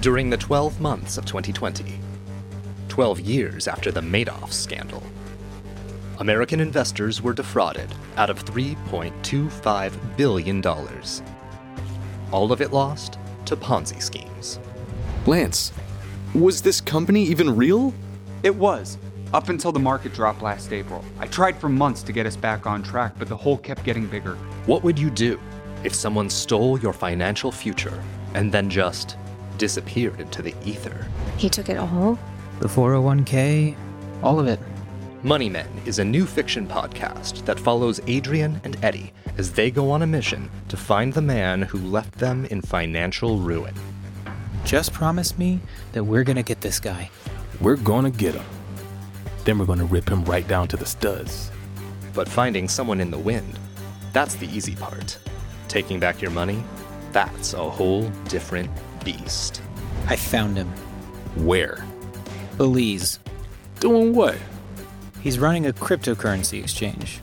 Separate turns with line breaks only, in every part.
during the 12 months of 2020, 12 years after the Madoff scandal. American investors were defrauded out of $3.25 billion. All of it lost to Ponzi schemes.
Lance, was this company even real?
It was, up until the market dropped last April. I tried for months to get us back on track, but the hole kept getting bigger.
What would you do if someone stole your financial future and then just disappeared into the ether?
He took it all?
The 401k, all of it.
Money Men is a new fiction podcast that follows Adrian and Eddie as they go on a mission to find the man who left them in financial ruin.
Just promise me that we're gonna get this guy.
We're gonna get him. Then we're gonna rip him right down to the studs.
But finding someone in the wind, that's the easy part. Taking back your money, that's a whole different beast.
I found him.
Where?
Belize.
Doing what?
He's running a cryptocurrency exchange.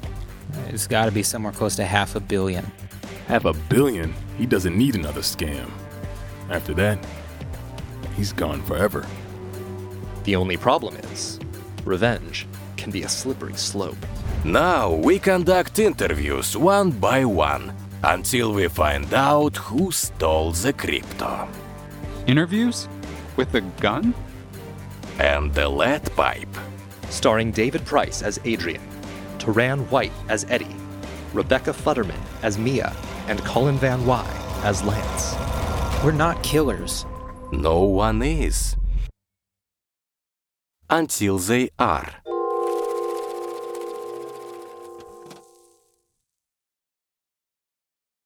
It's gotta be somewhere close to half a billion.
Have a billion. He doesn't need another scam. After that, he's gone forever.
The only problem is, revenge can be a slippery slope.
Now we conduct interviews one by one until we find out who stole the crypto.
Interviews? With a gun?
And the lead pipe.
Starring David Price as Adrian, Taran White as Eddie, Rebecca Futterman as Mia, and Colin Van Wy as Lance.
We're not killers.
No one is. Until they are.